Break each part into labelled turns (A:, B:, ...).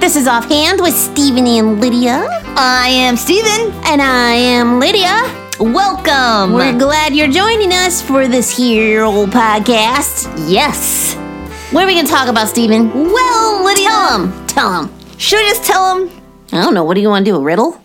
A: This is Offhand with Stephen and Lydia.
B: I am Steven.
A: And I am Lydia.
B: Welcome.
A: We're glad you're joining us for this here old podcast.
B: yes.
A: What are we going to talk about, Stephen?
B: Well, Lydia.
A: Tell him. Tell him.
B: Should I just tell him?
A: I don't know. What do you want to do? A riddle?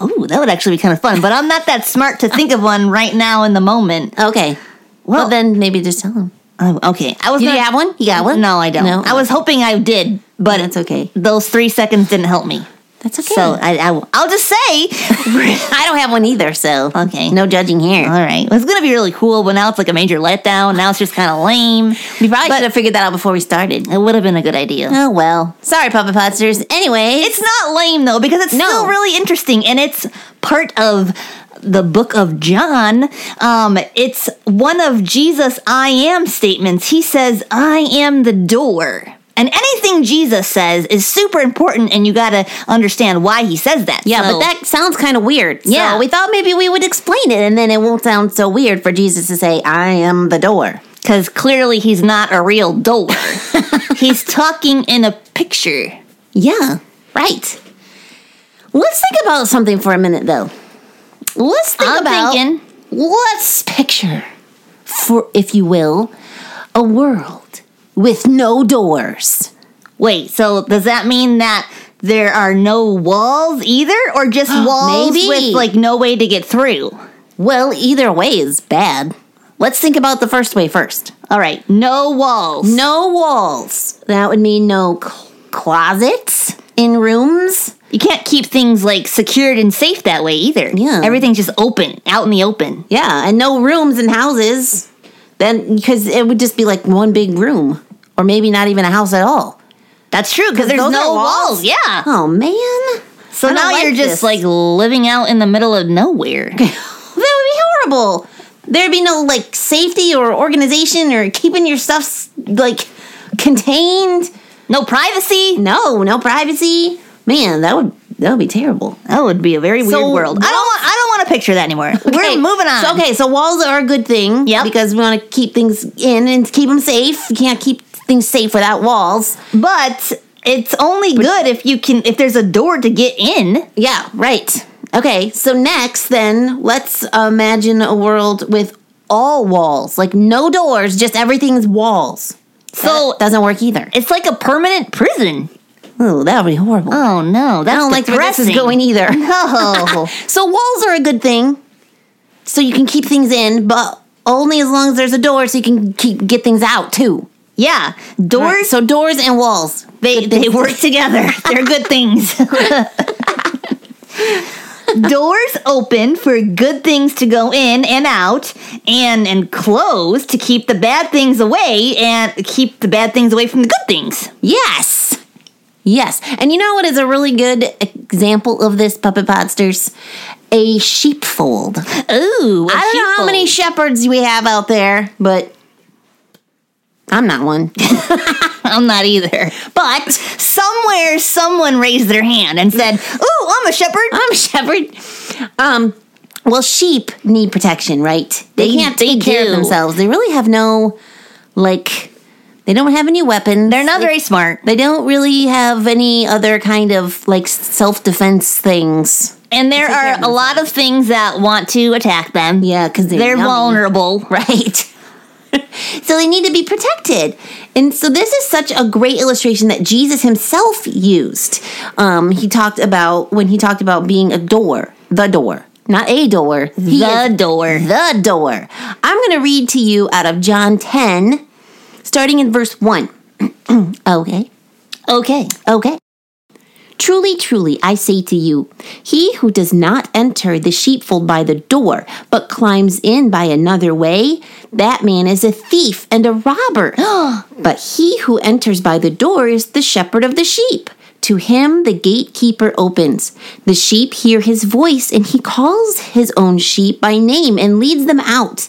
B: Oh, that would actually be kind of fun, but I'm not that smart to think of one right now in the moment. Uh,
A: Okay. Well,
B: Well-
A: then maybe just tell him.
B: Um, okay, I was.
A: Do you
B: gonna-
A: have one? You got one?
B: No, I don't.
A: No?
B: I was hoping I did, but
A: That's okay.
B: Those three seconds didn't help me.
A: That's okay.
B: So I, I, I'll just say.
A: I don't have one either, so
B: Okay.
A: no judging here.
B: All right, it was gonna be really cool, but now it's like a major letdown. Now it's just kind of lame.
A: we probably should have figured that out before we started.
B: It would have been a good idea.
A: Oh well. Sorry, Puppet Potsters. Anyway,
B: It's not lame though because it's
A: No.
B: still really interesting and it's part of the book of John. Um, it's one of Jesus' I am statements. He says, I am the door. And anything Jesus says is super important and you got to understand why he says that.
A: yeah,
B: So-
A: but that sounds kind of weird. So
B: Yeah.
A: we thought maybe we would explain it, and then it won't sound so weird for Jesus to say, "I am the door."
B: Because clearly he's not a real door. he's talking in a picture.
A: Yeah, right. Let's think about something for a minute, though. Let's think
B: I'm
A: about.
B: thinking.
A: Let's picture, for if you will, a world with no doors.
B: Wait, so does that mean that there are no walls either, or just walls
A: Maybe.
B: with like no way to get through?
A: Well, either way is bad. Let's think about the first way first.
B: All right, no walls.
A: No walls. That would mean no cl- closets in rooms.
B: You can't keep things like secured and safe that way either.
A: Yeah.
B: everything's just open, out in the open.
A: Yeah, and no rooms in houses. Then, because it would just be like one big room, or maybe not even a house at all.
B: That's true because there's
A: those
B: no
A: are walls?
B: walls. Yeah,
A: Oh man,
B: so
A: I don't
B: now
A: like
B: you're
A: this.
B: just like living out in the middle of nowhere.
A: that would be horrible. There'd be no like safety or organization or keeping your stuff s- like contained.
B: No privacy.
A: No, no privacy. Man, that would that would be terrible.
B: That would be a very weird
A: So
B: world. I don't want. I don't want to picture that anymore.
A: Okay,
B: We're moving on.
A: So, okay, so walls are a good thing.
B: Yep.
A: Because we want to keep things in and keep them safe. You can't keep things safe without walls.
B: but it's only good if you can if there's a door to get in.
A: Yeah, right. Okay, so next, then, let's imagine a world with all walls, like no doors, just everything's walls.
B: So-
A: That doesn't work either.
B: It's like a permanent prison.
A: Oh, that would be horrible.
B: Oh no, that's
A: I don't like where this is
B: depressing.
A: going either.
B: No.
A: So walls are a good thing, so you can keep things in, but only as long as there's a door, so you can keep get things out too.
B: yeah, doors
A: Right, So doors and walls.
B: they they work together. They're good things. doors open for good things to go in and out and and close to keep the bad things away and keep the bad things away from the good things.
A: Yes. Yes. And you know what is a really good example of this, Puppet Podsters? A sheepfold. I
B: Ooh, I
A: don't know how many shepherds we have out there, but I'm not one.
B: I'm not either.
A: But
B: Somewhere, someone raised their hand and said, "Ooh, I'm a shepherd."
A: I'm a shepherd. Um, well, sheep need protection, right? They,
B: They-
A: can't
B: they
A: take care of
B: do.
A: themselves. They really have no, like, they don't have any weapons.
B: They're not
A: They-
B: very smart,
A: They don't really have any other kind of like self defense things.
B: and there
A: take care of
B: are a lot of things that want to attack them.
A: Yeah, because they're,
B: They're
A: yummy.
B: vulnerable.
A: right? so they need to be protected. And so this is such a great illustration that Jesus himself used. Um, he talked about when he talked about being a door, the door, not a door, He
B: The
A: is
B: door.
A: the door. I'm going to read to you out of John 10, starting in verse 1. okay.
B: Okay.
A: Okay. Truly, truly, I say to you, he who does not enter the sheepfold by the door, but climbs in by another way, that man is a thief and a robber. but he who enters by the door is the shepherd of the sheep. To him the gatekeeper opens. The sheep hear his voice, and he calls his own sheep by name and leads them out.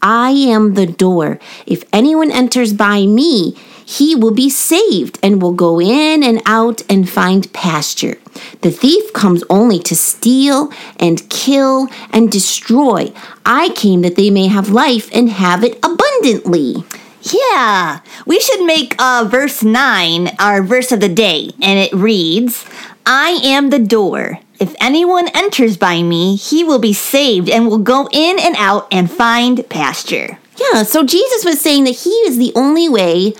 A: I am the door. If anyone enters by me, he will be saved and will go in and out and find pasture. The thief comes only to steal and kill and destroy. I came that they may have life and have it abundantly.
B: Yeah, we should make uh, verse 9 our verse of the day, and it reads I am the door. If anyone enters by me, he will be saved and will go in and out and find pasture.
A: Yeah, so Jesus was saying that he is the only way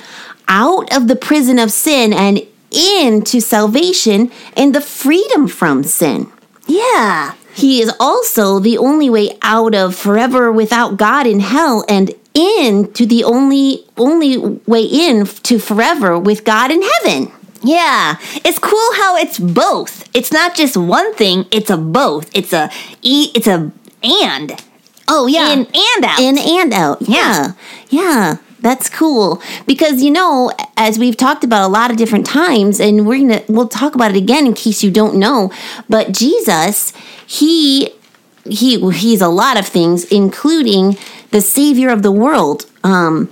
A: out of the prison of sin and into salvation and the freedom from sin.
B: Yeah,
A: He is also the only way out of forever without God in hell and in to the only only way in to forever with God in heaven.
B: yeah. It's cool how it's both. It's not just one thing, it's a both. It's a e it's a and.
A: Oh yeah.
B: In and out.
A: in and out. Yeah. Yeah. That's cool because you know, as we've talked about a lot of different times, and we're gonna we'll talk about it again in case you don't know. But Jesus, he he he's a lot of things, including the Savior of the world. Um,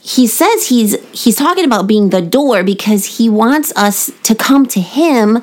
A: he says he's he's talking about being the door because he wants us to come to him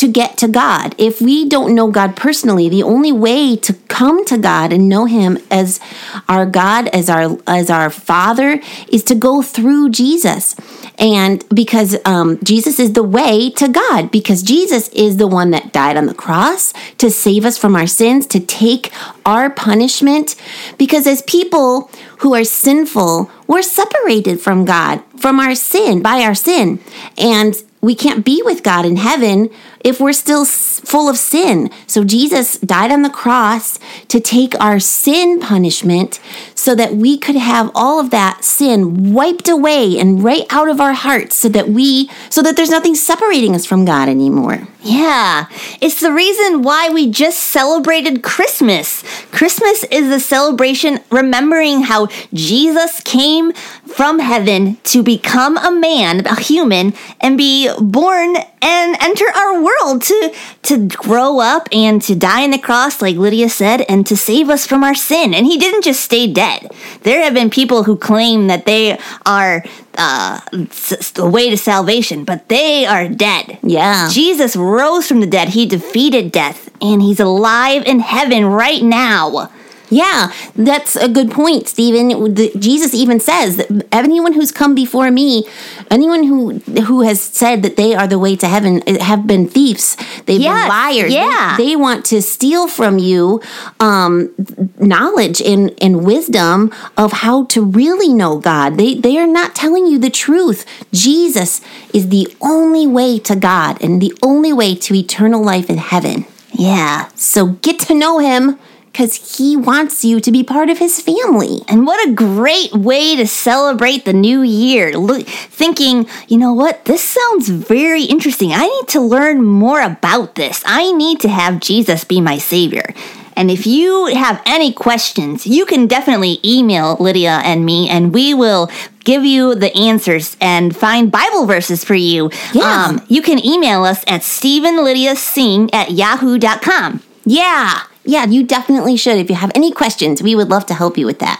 A: to get to God. If we don't know God personally, the only way to come to God and know him as our God, as our as our Father is to go through Jesus. And because um, Jesus is the way to God, because Jesus is the one that died on the cross to save us from our sins, to take our punishment. Because as people who are sinful, we're separated from God, from our sin, by our sin. And we can't be with God in heaven if we're still s- full of sin. So Jesus died on the cross to take our sin punishment so that we could have all of that sin wiped away and right out of our hearts so that we so that there's nothing separating us from God anymore.
B: Yeah, it's the reason why we just celebrated Christmas. Christmas is the celebration remembering how Jesus came from heaven to become a man, a human, and be born and enter our world to to grow up and to die on the cross like Lydia said and to save us from our sin. And he didn't just stay dead. There have been people who claim that they are uh, s- s- the way to salvation, but they are dead.
A: Yeah.
B: Jesus rose from the dead. He defeated death, and he's alive in heaven right now.
A: Yeah, that's a good point, Stephen. The- Jesus even says that anyone who's come before me, anyone who who has said that they are the way to heaven, eh, have been thieves. They've
B: Yes,
A: been liars. They-
B: yeah.
A: they, want to steal from you um, knowledge and and wisdom of how to really know God. They they are not telling you the truth. Jesus is the only way to God and the only way to eternal life in heaven.
B: Yeah.
A: So get to know him because he wants you to be part of his family.
B: And what a great way to celebrate the new year. Look, thinking, you know what? This sounds very interesting. I need to learn more about this. I need to have Jesus be my savior. And if you have any questions, you can definitely email Lydia and me, and we will give you the answers and find Bible verses for you. Um,
A: Yeah.
B: you can email us at StephenLydiaSing at yahoo.com.
A: Yeah, yeah, you definitely should. If you have any questions, we would love to help you with that.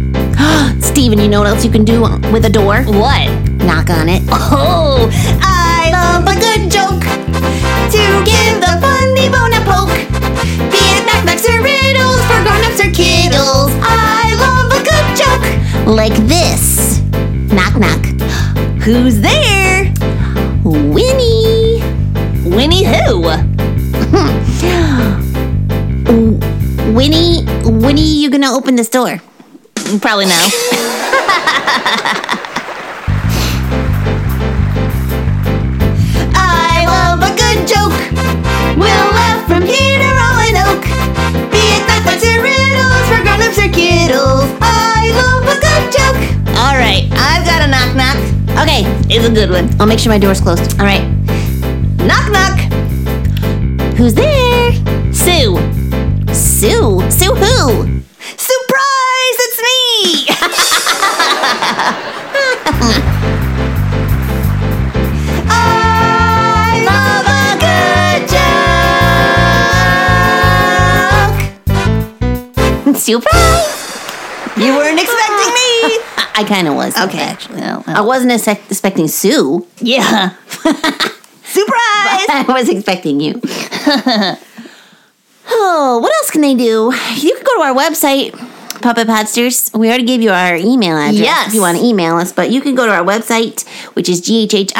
A: Steven, you know what else you can do with a door?
B: What?
A: Knock on it.
B: Oh, I love a good joke to give the funny bone a poke. Be it knockbacks or riddles for grown-ups or kiddles. I love a good joke.
A: Like this. Knock, knock.
B: Who's there?
A: Winnie.
B: Winnie who?
A: Winnie, Winnie, you gonna open this door?
B: Probably no. I love a good joke. We'll laugh from here to Roanoke. Be it knockbacks or riddles for grown-ups or kiddles. I love a good joke. All right, I've got a knock knock.
A: Okay,
B: It's a good one.
A: I'll make sure my door's closed.
B: All right, knock knock.
A: Who's there?
B: Sue,
A: Sue. Sue who?
B: surprise! It's me.
A: Surprise!
B: You weren't expecting me.
A: I, I kind of was.
B: Okay. Actually, no,
A: I wasn't expect- expecting Sue.
B: yeah. Surprise!
A: I was expecting you. oh, what else can they do? You can go to our website, Puppet Podsters. We already gave you our email address
B: Yes.
A: if you want to email us, but you can go to our website, which is ghhinc.org.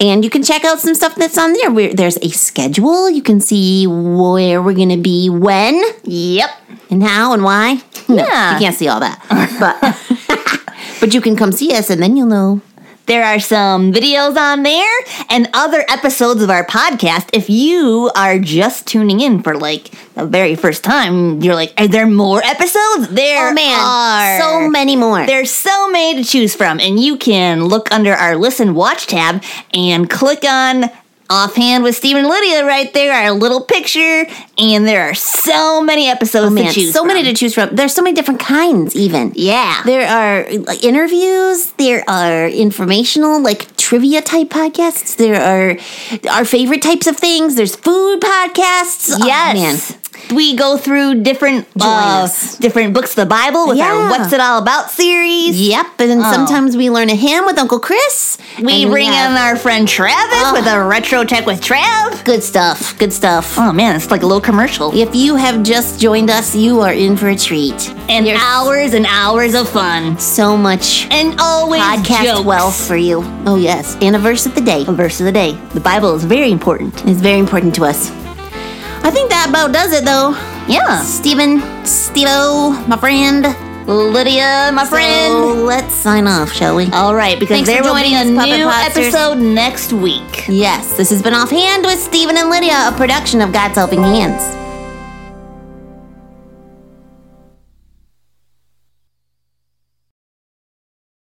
A: And you can check out some stuff that's on there. We're, there's a schedule. You can see where we're going to be when
B: Yep.
A: and how and why. No,
B: Yeah.
A: you can't see all that. But, but you can come see us and then you'll know.
B: There are some videos on there and other episodes of our podcast. If you are just tuning in for like the very first time, you're like, are there more episodes? There
A: oh, man.
B: are.
A: So many more.
B: There's so many to choose from, and you can look under our listen watch tab and click on Offhand with Stephen and Lydia right there, our little picture, and there are so many episodes
A: Oh, man,
B: to choose
A: so many
B: from.
A: to choose from. There's so many different kinds, even.
B: yeah.
A: There are like interviews. There are informational, like trivia type podcasts. There are our favorite types of things. There's food podcasts. Oh,
B: Yes.
A: man.
B: We go through different uh,
A: us.
B: different books of the Bible with our
A: Yeah.
B: What's It All About series.
A: Yep. And then sometimes we learn a hymn with Uncle Chris.
B: Oh. We
A: and
B: bring
A: have Oh.
B: in our friend Travis
A: Ugh.
B: with a retro tech with Trav.
A: good stuff. Good stuff.
B: Oh man, it's like a little commercial.
A: If you have just joined us, you are in for a treat.
B: And hours and hours of fun.
A: So much
B: And always
A: podcast
B: jokes.
A: wealth for you. Oh yes, and a verse of the day.
B: A verse of the day. The Bible is very important.
A: It's very important to us. I think that about does it though.
B: Yeah.
A: Stephen, Stevo, my friend.
B: Lydia, my
A: So
B: friend.
A: let's sign off, shall we?
B: All right, because
A: Thanks for
B: there will be
A: joining
B: a
A: us, Puppet
B: new
A: Podsters.
B: episode next week.
A: Yes, this has been Offhand with Stephen and Lydia, a production of God's Helping Hands.